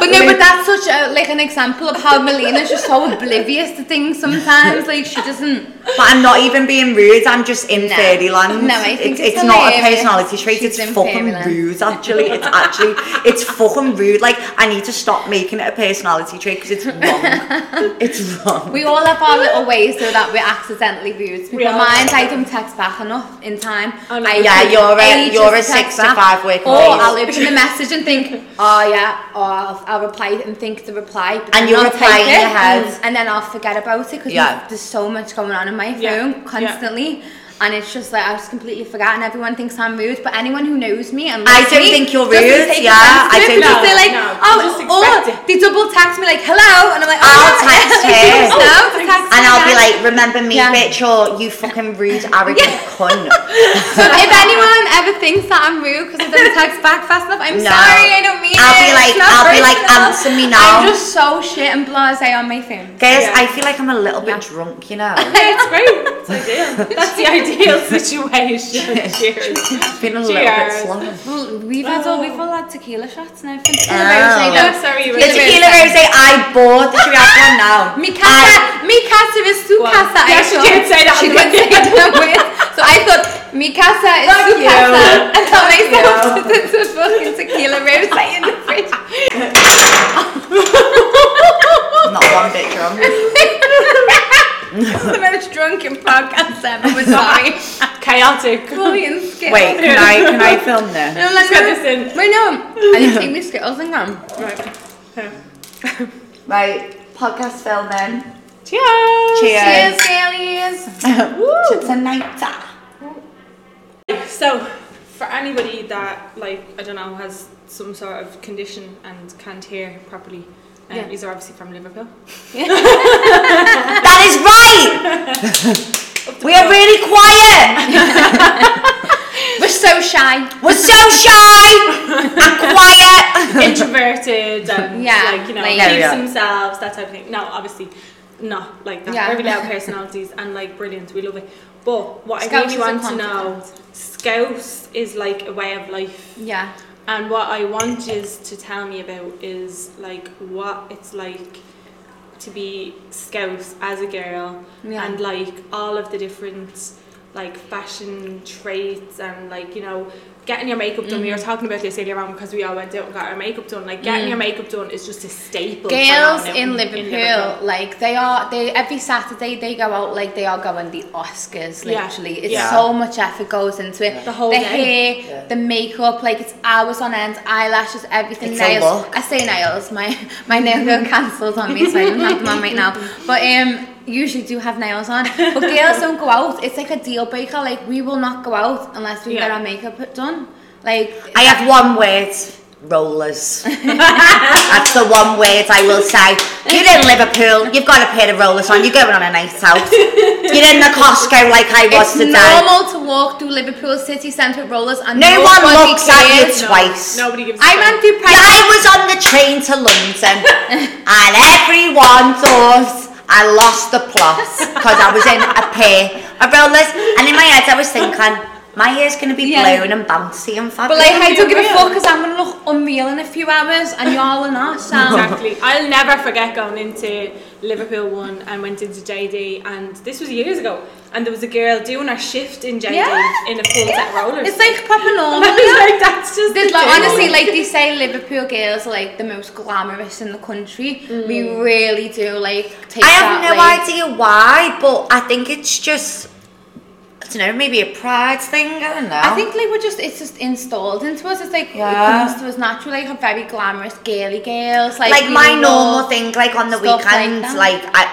But no, but that's such a like an example of how Melina's just so oblivious to things sometimes. Like she doesn't.
But I'm not even being rude. I'm just in
No.
fairy land.
No, I think
it's,
it's
it's not a
hilarious.
personality trait. it's
She's in
fucking
fairyland.
rude. Actually, it's actually it's fucking rude. Like I need to stop making it a personality trait because it's wrong. it's wrong.
We all have our little ways so that we're accidentally rude. People
We are.
mind I don't text back enough in time.
Oh, no.
I
Yeah,
take
you're a-
ages
you're a
to text
six to
back.
five working
Or
days.
I'll open the message and think, oh yeah, or I'll, I'll reply and think the reply. But
And
then
you'll
I'll
reply
type
in your
it, Mm.
head.
And then I'll forget about it because
Yeah.
there's so much going on in my phone
Yeah, yeah.
constantly. And it's just like I just completely forgot, and everyone thinks I'm rude. But anyone who knows me and
I
likes
don't
me
think you're
doesn't
rude,
take
yeah,
offense
I
to
don't-
it because
No,
they're like,
no,
oh,
just expect it.
or they double text me like hello, and I'm like, oh,
I'll
yeah,
text
you
her.
just know to text
And
me
I'll be
back.
like, remember me,
Yeah.
bitch, or you fucking rude, arrogant cunt.
So if anyone ever thinks that I'm rude because I don't text back fast enough, I'm
No.
sorry, I don't mean
I'll
it.
be
It's
like- I'll
not
be like,
personal.
answer me now.
I'm just so shit and blasé on my phone.
Guys,
Yeah.
I feel like I'm a little bit drunk, you know.
That's great. That's ideal. That's the ideal situation. Cheers.
It's been a little bit
Cheers.
slow.
Well, we've had all we've all had tequila shots and everything.
Oh.
No, sorry,
The
you were-
Little bit
tequila rose I bought. Should we have one now?
Mi
I-
casa, mi casa is su
Well,
casa. I
yeah, she
thought.
did say that
She
on
did
the-
say it that way. So I thought, mi casa is su
you.
casa. I thought
Fuck
myself
you.
to the fucking tequila rose in the fridge.
Not one bit drunk.
It's the most drunken podcast ever. We're sorry.
Chaotic.
Fully in skill.
Wait, can I can I film this?
No, let's
Let's get this in.
Wait, no. I didn't take my Skittles and gum.
Right. Yeah.
Right, podcast film then.
Cheers.
Cheers.
Cheers, Gailies.
It's a night.
So, for anybody that like I don't know has some sort of condition and can't hear properly, um,
Yeah.
these are obviously from Liverpool.
That is right. we are really quiet.
We're so shy.
We're so shy and quiet.
Introverted and
Yeah,
like you know,
like-
keeps
Yeah, yeah.
themselves, that type of thing. No, obviously not like that.
Yeah.
Very loud personalities and like brilliant. We love it. But what
Scouse
I
is a
really want to
concept.
know, Scouse is like a way of life.
Yeah.
And what I want you to tell me about is like what it's like to be scouse as a girl
Yeah.
and like all of the different like fashion traits and like you know getting your makeup done we
Mm-hmm.
were talking about this earlier on because we all went out and got our makeup done like getting your makeup done is just a staple for
Mm. Girls
now
in Liverpool, like they are, they every Saturday they go out like they are going the Oscars.
Yeah.
Literally, it's
Yeah.
so much effort goes into it.
The whole
the
day.
hair,
Yeah.
the makeup, like it's hours on end, eyelashes, everything.
It's a
nails.
look.
I say nails. My my nail got cancelled on me, so I don't have them on right now. But um, usually do have nails on. But girls don't go out. It's like a deal breaker. Like we will not go out unless we
Yeah.
get our makeup done. Like
I have one word. rollers. That's the one word I will say. You're in Liverpool, you've got a pair of rollers on, you're going on a night out. You're in the Costco like I was
It's
today.
normal to walk through Liverpool city centre with rollers and
No one
nobody
looks at you
cares.
twice.
Nobody gives. a
I
fuck.
ran through
Yeah, I
Pride.
was on the train to London and everyone thought I lost the plot because I was in a pair of rollers and in my head I was thinking, my hair's going to be
Yeah.
blown and bouncy and
But
fabulous.
like, I don't give a
Unreal.
fuck because I'm gonna look unreal in a few hours, and you all are not. So
Exactly. I'll never forget going into Liverpool one and went into JD, and this was years ago. And there was a girl doing her shift in JD
Yeah.
in a full set roller.
it's like proper
I
normal.
was like, that's just.
There's
the
like
thing.
honestly, like they say, Liverpool girls are like the most glamorous in the country. We really do like take
Mm. I have
that.
no
like,
idea why, but I think it's just, I don't know, maybe a pride thing, I don't know.
I think like we're just it's just installed into us. It's like
Yeah.
it comes to us naturally. Like very glamorous, girly girls. Like
like
we
my
love-
normal thing, like on the
stuff like
weekends,
that.
like, I,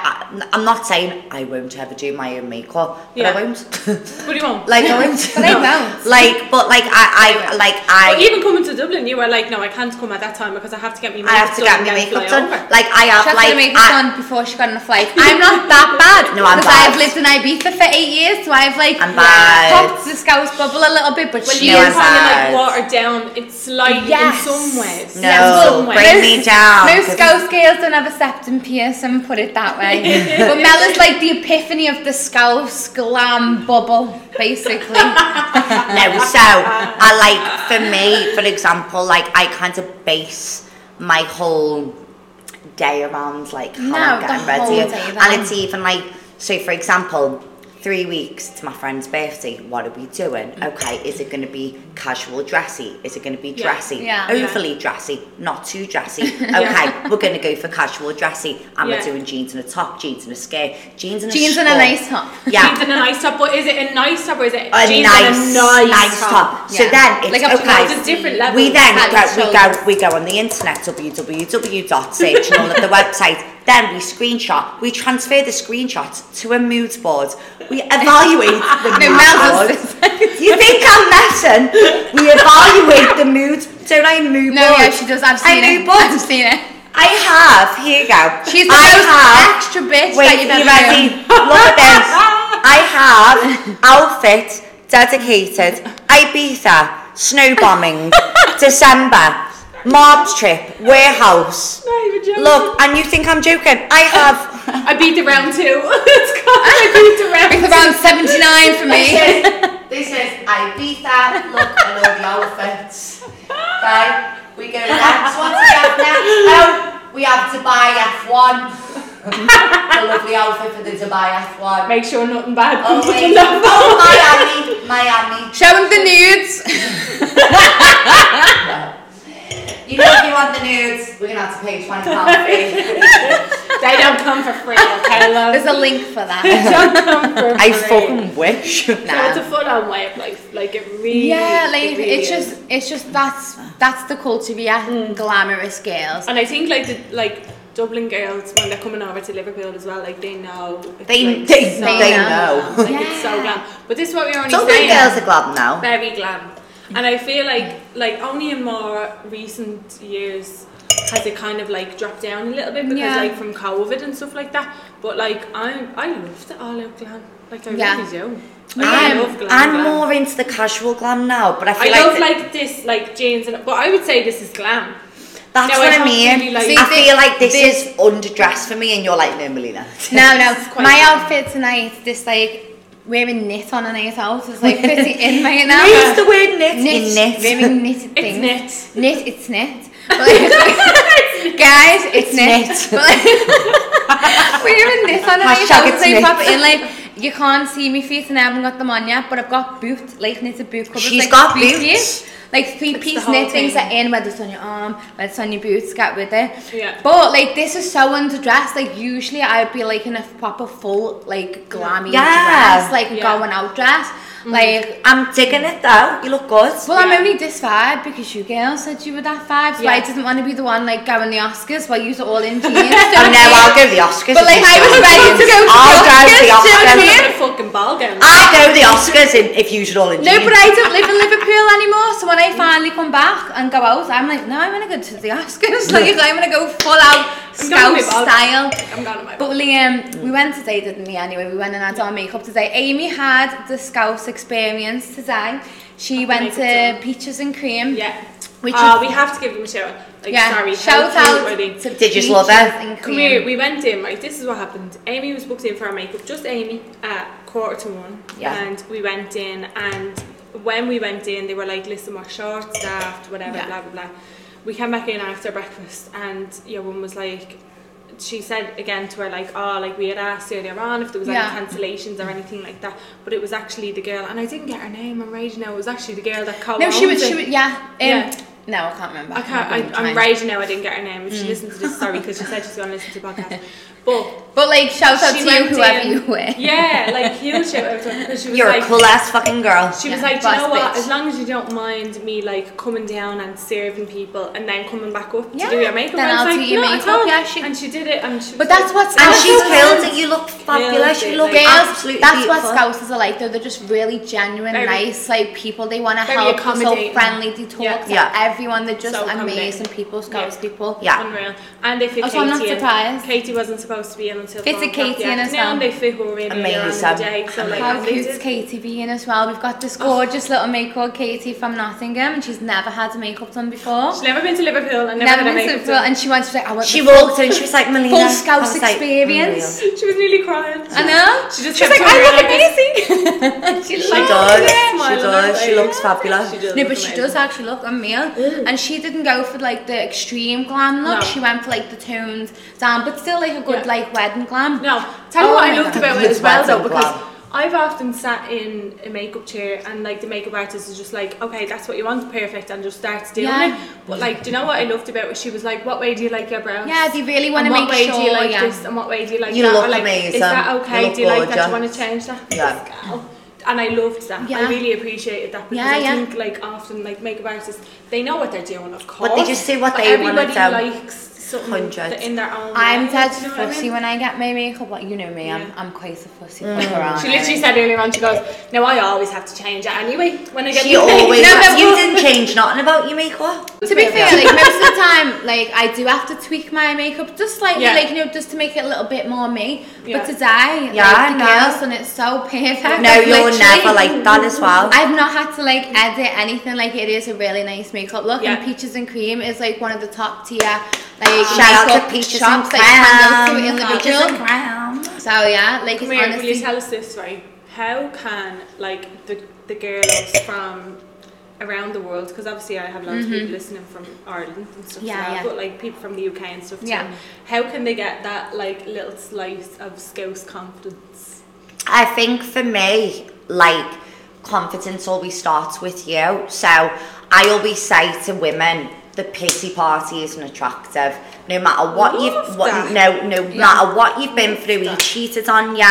I, I'm not saying I won't ever do my own makeup, but
Yeah.
I won't.
What do you want?
Like I won't.
But they won't.
Like, but like I, I like
But
I,
even coming to Dublin, you were like, no, I can't come at that time because I have to get me
I
makeup
have to
done
get
and
my
then
makeup
fly
done.
over.
Like I
She
have,
had
like
to make this
I,
on before she got on a flight. I'm not that bad.
No, I'm
Because I've
bad.
lived in Ibiza for eight years, so I've like
I'm bad.
popped the scouse bubble a little bit. But
Well,
she
you
No,
were
I'm
is
kind
bad.
of like watered down. It's slightly
Yes.
in some ways.
No,
Yeah, some
bring
ways.
me down,
No
'cause-
scouse girls don't have a septum piercing, put it that way. but Mel is like the epiphany of the scouse glam bubble, basically.
no. So I like for me, for example, like I kind of base my whole day around like how
No,
I'm
the
getting ready,
whole day then.
and it's even like so. For example. Three weeks to my friend's birthday. What are we doing? Okay, is it going to be casual dressy? Is it going to be
Yeah.
dressy?
Mm. Yeah.
Overly dressy, not too dressy. Okay, we're going to go for casual dressy. And we're
Yeah.
doing jeans and a top, jeans and a skirt, jeans and
Jeans
a
and a
skirt.
nice top.
Yeah,
Jeans and a nice top, but is it a nice top or is it
a
jeans
nice,
and a
nice, top. So
Yeah.
then it's
Like a
okay.
There's different levels.
we then
head
go,
and
we
shoulders.
go we go on the internet www.search and all of the websites. Then we screenshot. We transfer the screenshots to a mood board. We evaluate the
No,
mood
Mel
board.
does
You think I'm messing? We evaluate the mood. Don't I mood
No,
board?
yeah, she does. I've
I
seen
mood
it.
board.
I've seen it.
I have. Here you go.
She's the
I
most
have
extra bitch
Wait,
that you've
you
ever
ready?
known.
Look at this. I have outfit dedicated Ibiza snow bombing December mobs trip warehouse.
Not even joking.
Look, and you think I'm joking? I have.
I beat the round two. it's called I beat the round
It's around 79 for me.
this is Ibiza. Look at all the outfits. Okay, we go next. What do we have next? Oh, we have Dubai F1. the lovely outfit for the Dubai F1.
Make sure nothing bad
Oh,
comes to
wait.
the
oh Miami, Miami.
Showing the nudes.
You know if you want the nudes, we're gonna have to pay twenty pounds fee.
They don't come for free, okay, love?
There's a link for that.
They don't come for free.
wish.
So it's a full-on way of life. Like it really.
Yeah,
it
like
really
it's
is.
just it's just that's that's the culture we are glamorous girls.
And I think like the like Dublin girls when they're coming over to Liverpool as well, like they know. It's,
They-
like,
they-
so
they
glam.
know.
Like it's so
Yeah.
glam. But this is what we were only
Some
saying.
girls are glad now.
very glam. And I feel like like only in more recent years has it kind of like dropped down a little bit because
Yeah.
like from COVID and stuff like that. But like I I love the all out glam. Like I
Yeah.
really do. Like, I love
I'm,
glam.
I'm
glam.
more into the casual glam now, but I
I
feel
love
like, th-
like this like jeans and but I would say this is glam.
that's
no, I
what I,
don't
mean.
really like-
I
See, thi-
feel like this,
this-
is underdressed for me, and you're like, no, Melina.
No, no,
It's quite
my
glam.
outfit tonight, this like wearing knit on a night out is like fitting in right now.
Use the word knit. In knit.
wearing knitted
It's
things.
knit.
Knit, it's knit. But, like, guys, it's,
It's
knit.
knit.
But, like, wearing this on a night
Hashtag
out
it's
is like
knit.
pop in like. You can't see me feet and I haven't got them on yet, but I've got boot, like knitted boot covers.
She's
like
got
three
boots.
piece- Like three piece
whole
knit things
thing.
that in, whether it's on your arm, whether it's on your boots, get with it.
Yeah.
But like this is so underdressed. Like usually I'd be like in a proper full like glammy
Yeah.
dress, like
Yeah. Mm-hmm.
going out dress. Like,
I'm digging it though. You look good.
well, I'm
Yeah.
only this vibe because you girls said you were that vibe, so I
Yeah.
didn't want to be the one like going the Oscars while you were all in jeans. do you
I
know what I
know,
mean?
I'll go the Oscars.
But,
if
like,
you
I was
don't.
ready to go to the
I'll go to the
Oscars, do you know what I
Oscars.
mean?
Put a fucking ball gown.
I'll go to the Oscars in, if you should all in
No,
jeans.
but I don't live in Liverpool anymore. So when I finally come back and go out, I'm like, no, I'm gonna go to the Oscars. Like, I'm gonna go full out
I'm going
scout
with all-
style.
I'm going to my
But Liam, we went today, didn't we? Anyway, we went and had our makeup today. Amy had the Scouse experience today. She went to
makeup
Peaches and Cream.
Yeah.
Which
Uh,
is-
we have to give them a shout out. Like,
yeah.
sorry.
Shout
how cute
out
were they?
to
Did you love
Peaches
her?
and
Come
Cream.
here, we went in, like, this is what happened. Amy was booked in for our makeup, just Amy, at quarter to one.
Yeah.
And we went in, and when we went in, they were like, listen, we're short staffed, whatever,
Yeah.
blah, blah, blah. We came back in after breakfast, and your one was like, she said again to her, like, oh, like, we had asked earlier on if there was
Yeah.
any cancellations or anything like that, but it was actually the girl, and I didn't get her name, I'm raging now, it was actually the girl that called
No, she was. She was. Oh Yeah. Um,
Yeah.
No, I can't remember.
I can't,
I'm
I,
trying.
I'm raging now I didn't get her name.
Mm.
If she listens to this, sorry, because she said she's going to listen to the podcast. But
But like, shout out
she
to you,
went
whoever
in-
you were.
Yeah, like huge shout out to her because she was
You're
like,
a cool ass fucking girl.
she was
Yeah,
like, Do you
boss
know what?
bitch."
As long as you don't mind me like coming down and serving people and then coming back up
Yeah,
to do your makeup,
then
I was
I'll
like,
do your
"Not at
makeup."
all."
Yeah, she-
and she did it, and she.
But
was
that's
like,
what's
and
awesome.
she killed it. You look fabulous. You look
Girls,
Girls,
absolutely
that's
beautiful.
what scousers are like though. They're just really genuine,
Very-
nice, like people. They want to
very
help. They're so
accommodating.
friendly. They talk
Yeah.
to
Yeah.
everyone. They're just
So accommodating.
amazing people, scouse
Yeah.
people.
Yeah.
Unreal. And they fit
Also,
Katie
I'm not
in.
surprised.
Katie wasn't supposed to be in until.
Fitted
four o'clock
Katie
the
in as
afternoon,
well.
and They fit her in. earlier on in
Amazing.
The day, so like,
How
and they Oh.
cute's
did-
Katie being as well? We've got this gorgeous little maid called Katie from Nottingham, and she's never had makeup done before.
She's never been to Liverpool and never, had
Never
a
been to
makeup
Liverpool,
done.
and she wants to like, I want
She
the
walked in. She was like, Melina.
full
I
scouse
was like,
experience.
unreal.
She was nearly crying.
I know.
She just
she's
kept
like, I look
turning around
amazing. she
She
Oh,
loves
does.
it.
She does. She looks fabulous.
No, but she does actually look a meal. And she didn't go for like the extreme glam look.
No.
She went for like the tones down, but still like a good
Yeah.
like wedding glam.
No, tell you
Oh
what
my
I loved
God.
about it
It's
as well
better
though,
than
because
glam.
I've often sat in a makeup chair and like the makeup artist is just like, okay, that's what you want, perfect, and just starts doing
Yeah.
it. But like, do you know what I loved about it? She was like, what way do you like your brows?
Yeah, they really
And
want to
what
make
way
sure.
do you like
yeah.
this? And what way do you like
You
that?
look
Or, like,
amazing.
Is that
You
okay?
look
do you like that? Do you
gorgeous.
want to change that?
Yeah.
This girl. And I loved that.
Yeah.
I really appreciated that because
Yeah,
I
yeah.
think like often like makeup artists, they know what they're doing, of course.
But they just do what
but
they wanna
everybody
do.
likes something
Hundred.
in their own.
I'm
way,
dead
do you know what I
fussy
mean?
when I get my makeup. Like you know me, I'm
Yeah. Mm.
I'm quite a fussy fucker. aren't
She
I?
literally said earlier on, she goes, No, I always have to change it anyway. When I get
She
these things."
always.
No, but
you
what-
didn't change nothing about your makeup.
To be fair,
Yeah.
like most of the time, like I do have to tweak my makeup just slightly,
Yeah.
like you know, just to make it a little bit more me.
Yeah.
But today,
Yeah,
like, the
I know.
girls done it so perfect.
No,
I've
you're
literally-
never like that as well.
I've not had to like edit anything. Like it is a really nice makeup look,
Yeah.
and Peaches and Cream is like one of the top tier like
Shout out
makeup
to Peaches and
shops that you can go to in
Crown. Peaches and
Liverpool.
Crown.
So yeah, like it's
Come here, will you
honestly
tell us this, right? How can, like, the, the girls from around the world, because obviously I have lots of people listening from Ireland and stuff,
Mm-hmm. Yeah,
yeah,
yeah.
but like people from the UK and stuff, too.
Yeah.
How can they get that, like, little slice of Scouse confidence?
I think for me, like confidence always starts with you. So I always say to women, the pity party isn't attractive. No matter what
Love
you've what,
that.
no no matter what you've been through, he cheated on you,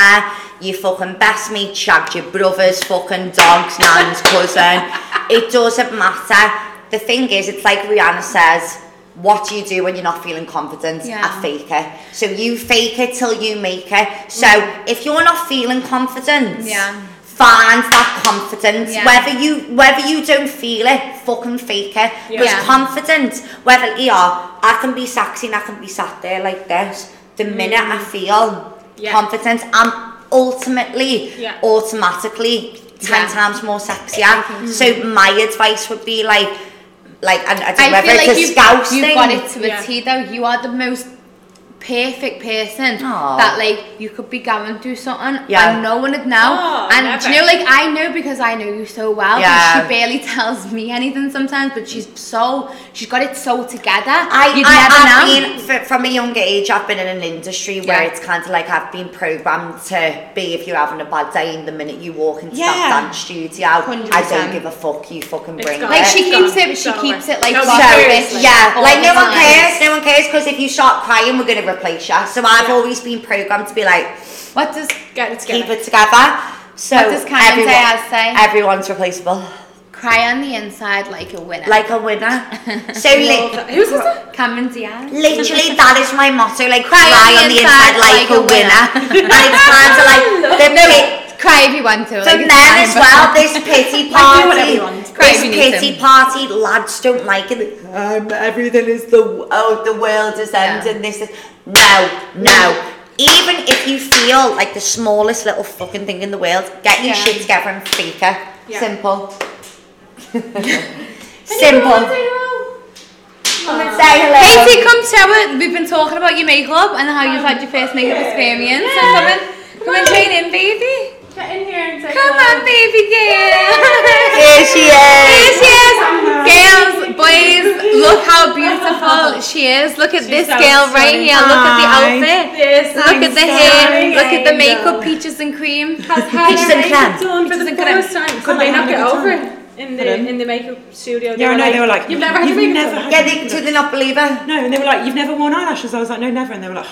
you fucking best mate shagged your brother's fucking dog's nan's cousin. It doesn't matter. The thing is, it's like Rihanna says, what do you do when you're not feeling confident?
Yeah.
I fake it. So you fake it till you make it. So if you're not feeling confident,
Yeah.
find that confidence.
Yeah.
Whether you whether you don't feel it, fucking fake it.
Yeah.
Because
Yeah.
confidence, whether you are, I can be sexy and I can be sat there like this. The
Mm.
minute I feel
Yeah.
confident, I'm ultimately,
Yeah.
automatically ten
Yeah. Mm.
times more sexier. So my advice would be like, like, and I don't know
I
whether
feel like
it's a
you've,
scouse
you've
thing.
got it to a
Yeah.
T though. You are the most perfect person
Aw.
that like you could be going through something
Yeah.
and no one would know.
Oh,
and do you know,
never.
like I know because I know you so well. but
Yeah.
She barely tells me anything sometimes, but she's so she's got it so together.
I,
You'd
I,
never
I've
know.
been fr- from a young age. I've been in an industry where
Yeah.
it's kind of like I've been programmed to be. If you're having a bad day, and the minute you walk into
Yeah.
that dance studio, I
100%.
don't give a fuck. You fucking
It's
bring
gone.
like
it.
she
It's
keeps
gone.
it, she
It's
keeps
over.
it like
No,
so
one
seriously.
person,
yeah,
all
like
the
no one
time.
cares. No one cares because if you start crying, we're gonna replace you. So I've
Yeah.
always been programmed to be like
What does
Get it together.
keep it together. So
What does Cameron
everyone-
Diaz say?
Everyone's replaceable.
Cry on the inside like a winner.
Like a winner. So
Love
li-
that. Who's this?
Cameron Diaz.
literally that is my motto. Like cry, on the inside, like, a winner. and it's kind of like the pit-
Cry if you want to.
for
like, it's
men
fine,
as
but-
well, this
Like,
pity
do
party,
whatever you want.
Cry
this
if you need
pity
to.
party, lads don't like it. Um, everything is the oh, the world is ending. This is no, no. Even if you feel like the smallest little fucking thing in the world, get your
Yeah.
shit together and fake it.
Yeah.
Simple. Simple. Come and say hello.
Katie, come show it. We've been talking about your makeup and how you've had your first makeup experience. So come and come and join in, baby.
Get in here and say
Come on, baby girl.
Here she
There
is.
she is. Girls, boys, look how beautiful she is. Look at this
so
girl right
stunning.
here. Look at the
Hi.
outfit.
This
Look at the hair. Look at the makeup, peaches and cream.
Peaches and creme.
Done for
Peaches
the
and creme.
first time. Could they not get over it? In the in the makeup studio.
Yeah, I know, they were like,
you've never had
"You've
your makeup
never
done?"
had-
Yeah, they, do they not believe her?
No, and they were like, "You've never worn eyelashes." I was like, "No, never." And they were like,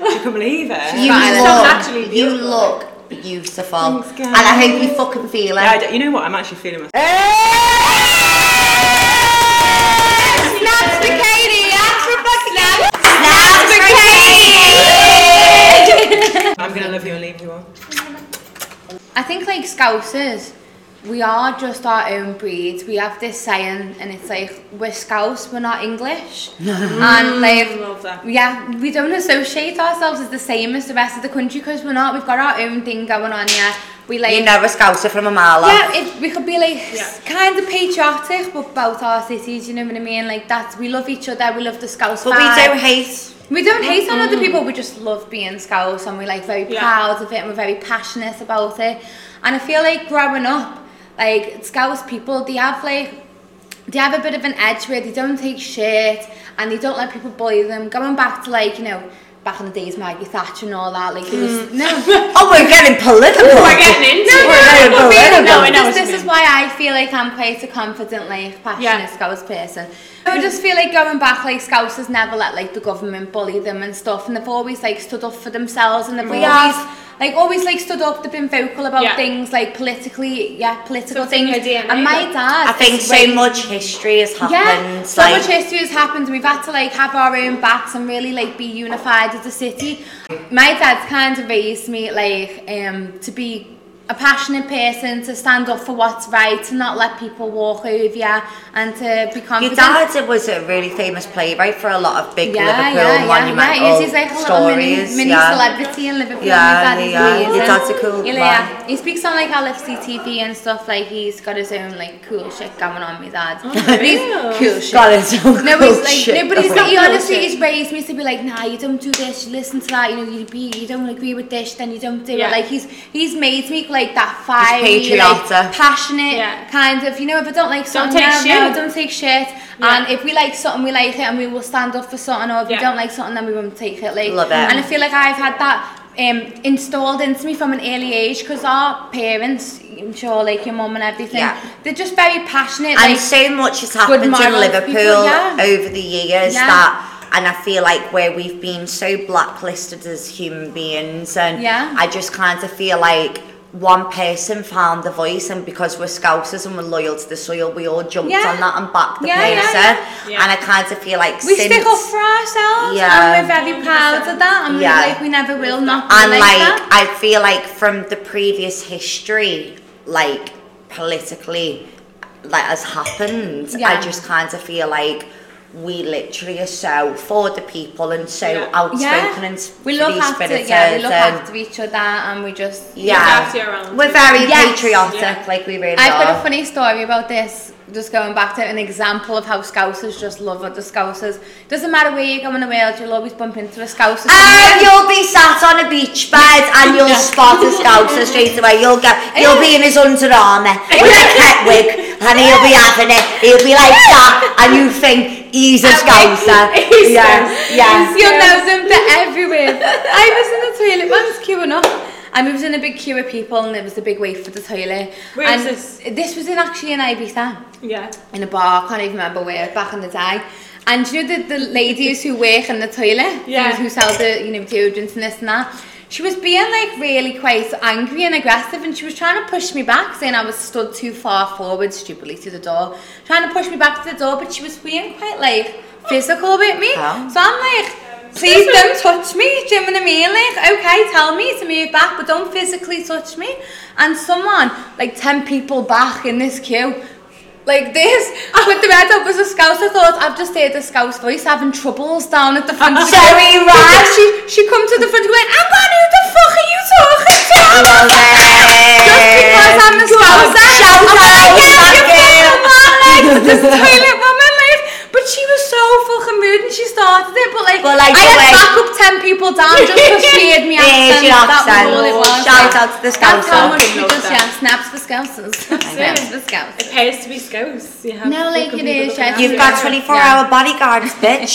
"I can believe it."
You
Violet.
So
look,
naturally
you
beautiful.
look beautiful,
Thanks,
and I
guys.
hope you fucking feel
Yeah, I
it.
don't- you know what? I'm actually feeling myself.
Snaps for Katie.
Snaps for
I'm gonna love you and leave you all.
I think like scousers, we are just our own breed. We have this saying, and it's like we're scouse, we're not English,
Mm.
and like.
Love that.
Yeah, we don't associate ourselves as the same as the rest of the country because we're not. We've got our own thing going on here. We like
You know a scouser from a mile off.
yeah, if we could be like s- kind of patriotic, but about our cities. You know what I mean? Like that's we love each other. We love the Scouse.
But we
vibe.
don't hate.
We don't hate on other people, we just love being Scouse and we're like very
Yeah.
proud of it and we're very passionate about it. And I feel like growing up, like Scouse people, they have like they have a bit of an edge where they don't take shit and they don't let people bully them. Going back to like, you know, back in the days Maggie Thatcher and all that, like there was no
Oh, we're getting political.
We're getting into
We're
it.
getting
but really,
political.
No, I know
this,
what you
this is
mean.
why I feel like I'm quite a confident, like passionate
Yeah.
Scouse person. I just feel like going back, like Scouse has never let like the government bully them and stuff, and they've always like stood up for themselves, and they've
We
always
have.
like always like stood up. They've been vocal about
Yeah.
things like politically, yeah, political
Something in
things.
your DNA,
And my
like-
dad,
I think
is
so
raised-
much history has happened.
yeah, so
like,
much history has happened. We've had to like have our own backs and really like be unified as a city. My dad's kind of raised me like um, to be a passionate person, to stand up for what's right, to not let people walk over you, and to be
your
confident.
dad was a really famous playwright for a lot of big
yeah,
Liverpool
yeah, yeah,
monumental
yeah. He's, he's like a little mini,
stories.
mini
yeah.
celebrity in Liverpool.
Yeah,
my dad is
yeah, yeah. Your
amazing.
dad's a cool
Yeah,
man.
yeah. He speaks on like LFC TV and stuff. Like he's got his own like cool shit going on. My dad. But he's cool shit.
God, it's so
No, but
cool
he's like,
shit.
no, but he's
though.
like, he honestly,
bullshit.
he's raised me to be like, nah, you don't do this, you listen to that, you know, you be, you don't agree with this, then you don't do
Yeah.
it. Like he's he's made me like that fiery, like,
patriotic.
passionate
Yeah.
kind of. You know, if I don't like something,
take
no, no,
shit.
don't take shit. And if we like something, we like it, and we will stand up for something. Or if we
Yeah.
don't like something, then we won't take it. Like,
Love it.
and I feel like I've had that. Um, installed into me from an early age because our parents, I'm sure, like your mum and everything,
Yeah.
they're just very passionate.
and
like,
so much has happened in
morals,
Liverpool
people, yeah.
over the years
Yeah.
that and I feel like where we've been so blacklisted as human beings and
Yeah.
I just kind of feel like one person found the voice and because we're scousers and we're loyal to the soil we all jumped
Yeah.
on that and backed the
Yeah, yeah,
person
yeah.
and I kind of feel like
we
since
stick up for ourselves
Yeah.
and we're very proud of that and
Yeah.
we're like we never will not be
and
like,
like
that
I feel like from the previous history, like politically, that has happened. I
Yeah.
just kind of feel like we literally are so for the people and so
Yeah.
outspoken and
we look
free
after
spirited.
yeah we look
and
after each other and we just
um, yeah,
after your own
we're very
Yes.
patriotic.
Yeah.
Like we really
I've got a
are.
funny story about this. Just going back to an example of how Scousers just love other Scousers. Doesn't matter where you go in the world, you'll always bump into a Scouser. somewhere.
And you'll be sat on a beach bed and you'll spot a scouser straight away. You'll go, you'll be in his Under Armour with a pet wig and he'll be having it. He'll be like that and you think he's a scouser. Yeah, yeah.
You'll know them, they're everywhere. I was in the toilet once queuing up. And we was in a big queue of people and there was a big wait for the toilet.
Where
and
was this?
This was in actually in Ibiza,
Yeah.
in a bar, I can't even remember where, back in the day. And you know the, the ladies who work in the toilet,
Yeah.
who, who sell the, you know, deodorants and this and that? She was being like really quite angry and aggressive, and she was trying to push me back, saying I was stood too far forward, stupidly to the door, trying to push me back to the door. But she was being quite like physical with me.
Oh.
So I'm like, please don't touch me. Do you know what I mean? Like, okay, tell me to move back, but don't physically touch me. And someone, like ten people back in this queue, like this, with the red up was a scouse. I thought I've just heard the scouse voice having troubles down at the front. of the
Very
queue."
right.
She she come to the front going, Amber, who the fuck are you talking to? I'm
Love
like, Just because I'm a
Shout
scouser,
out,
I'm like, yeah,
that
you
girl."
fucking man, like, to this toilet woman, like. But she was so fucking rude, and she started it. But like,
But, like,
I
the
had
way-
back up ten people down just because she had me
There's
accent.
your
That was all it
accent.
was.
Shout out to the
That's
scouser.
how much we
Love
just
that.
yeah snaps for scousers. Snaps for scousers.
It pays to be scouts. You have
No, like
fucking
it
people
is,
looking
yeah.
after
You've
you.
got 24 hour bodyguards, bitch.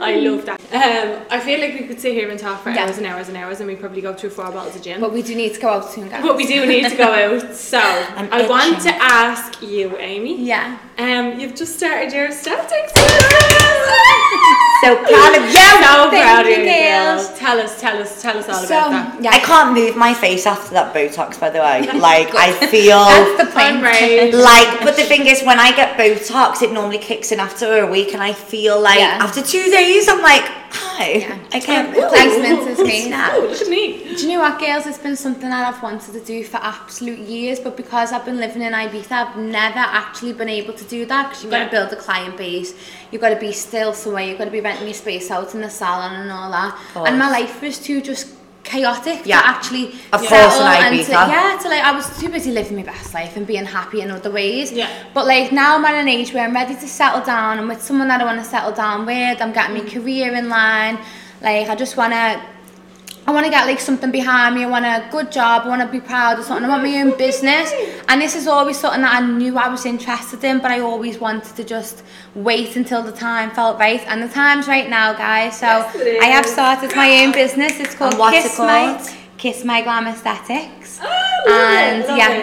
I love that. Um, I feel like we could sit here and talk for
Yeah.
hours and hours and hours, and we probably go through four bottles of gin.
But we do need to go out soon, guys.
But we do need to go out. So
I'm
I want to
itching.
ask you, Amy.
Yeah.
Um, you've just started your step
So proud of you.
So
Thank
proud of
you,
you,
girls.
girl. Tell us, tell us, tell us all
So
about that.
I
yeah,
can't move my face after that Botox, by the way. Like, I feel.
that's the plan.
I'm right.
Like, but the thing is, when I get Botox, it normally kicks in after a week, and I feel like
Yeah.
after two days, I'm like, hi, I can't move.
Thanks, Mrs. Green.
Snap.
Oh, look at me.
Do you know what, girls? It's been something that I've wanted to do for absolute years, but because I've been living in Ibiza, I've never actually been able to do that because you've got
Yeah.
to build a client base, you've got to be still somewhere, you've got to be renting your space out in the salon and all that. And my life was too just chaotic
Yeah.
to actually
Of course
settle
in
and to,
Ibiza.
yeah, to like I was too busy living my best life and being happy in other ways.
Yeah.
But like now I'm at an age where I'm ready to settle down. I'm with someone that I want to settle down with. I'm getting
Mm.
my career in line. Like I just want to I want to get like something behind me. I want a good job. I want to be proud of something. I want my own business. And this is always something that I knew I was interested in, but I always wanted to just wait until the time felt right. And the time's right now, guys. So
Yes, it
I have
is.
started my own business. It's called
And what's it
Kiss
called?
My Kiss My Glam Aesthetics.
Oh, love
and
it, love
yeah,
it.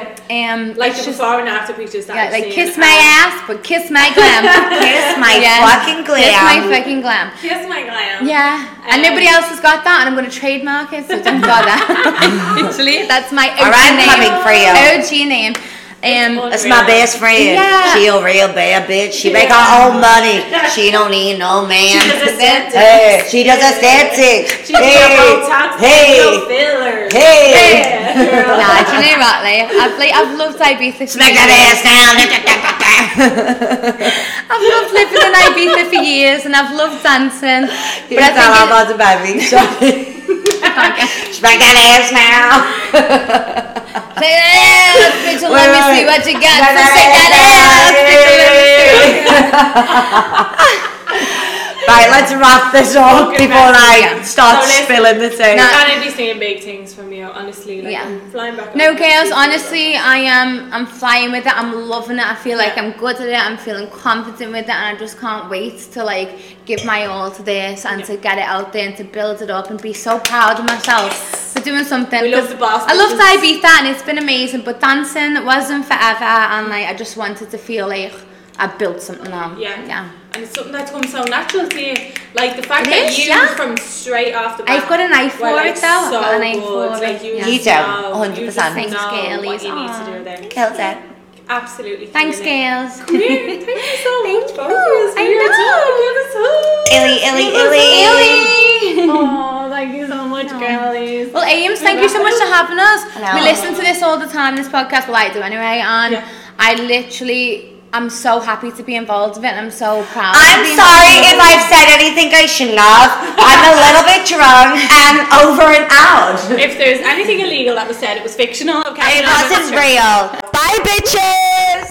um,
Like
it's
the
just
before and after pictures that
yeah,
I've
like
seen,
kiss my
um,
ass, but kiss my glam.
Kiss my
Yeah.
fucking
Kiss my
glam.
fucking glam.
Kiss my glam.
Yeah,
Um,
and nobody else has got that, and I'm going to trademark it, so don't bother. Actually, that's my OG
Or I'm
name.
coming for you.
OG name. Um,
That's my best friend.
Yeah.
She a real bad bitch. She make her own money. She don't need no man.
She does aesthetics.
Hey, she does aesthetics.
She's
hey,
got Botox. no
hey,
fillers.
hey.
Yeah, girl.
nah, do you know what, like, I've, like, I've loved Ibiza. for
Smack that
years.
ass down.
I've loved living in Ibiza for years, and I've loved dancing. But
That's all I'm
I
about to buy me. Smack
think
that ass now.
it's... Let me see what you got. So shake that ass.
Right, let's wrap this up
Okay,
before I
yeah.
start
So listen-
spilling the tea.
No.
I'm gonna be seeing big things from you, honestly. Like,
Yeah.
I'm flying back.
No,
up.
girls, honestly, I am. I'm flying with it. I'm loving it. I feel like I'm good at it. I'm feeling confident with it, and I just can't wait to like give my all to this and to get it out there and to build it up and be so proud of myself for doing something.
We love the boss
I loved
bitches.
Ibiza, and it's been amazing. But dancing wasn't forever, and like I just wanted to feel like I built something on.
Yeah.
yeah.
And it's something that's come so natural to you. Like the fact
It
that
is,
you
yeah.
from straight off the bat.
I've got an eye for
were, like,
it, though. I've
So
got an eye
good.
for it,
Like, you,
yeah.
You
just
do,
know,
100%.
You just
Thanks,
know what
girlies.
you need to
Aw.
do there.
Killed it.
Absolutely.
Thanks,
killing it.
girls.
Come here. Thank you so
Thank
much. both
you.
of us.
I
We are
know.
done. Give us hugs.
Illy, illy,
Give us
illy.
hugs. Aw, thank you so much, girlies.
Well, Ames, thank you so much for having us.
Hello.
We listen to this all the time, this podcast. Well, I do anyway, and
Yeah.
I literally, I'm so happy to be involved with it. and I'm so proud. of
I'm
being
sorry
involved
if
with it.
I've said anything I shouldn't have. I'm a little bit drunk and over and out.
If there's anything illegal that was said, it was fictional, okay?
It
Not
wasn't real. Bye, bitches.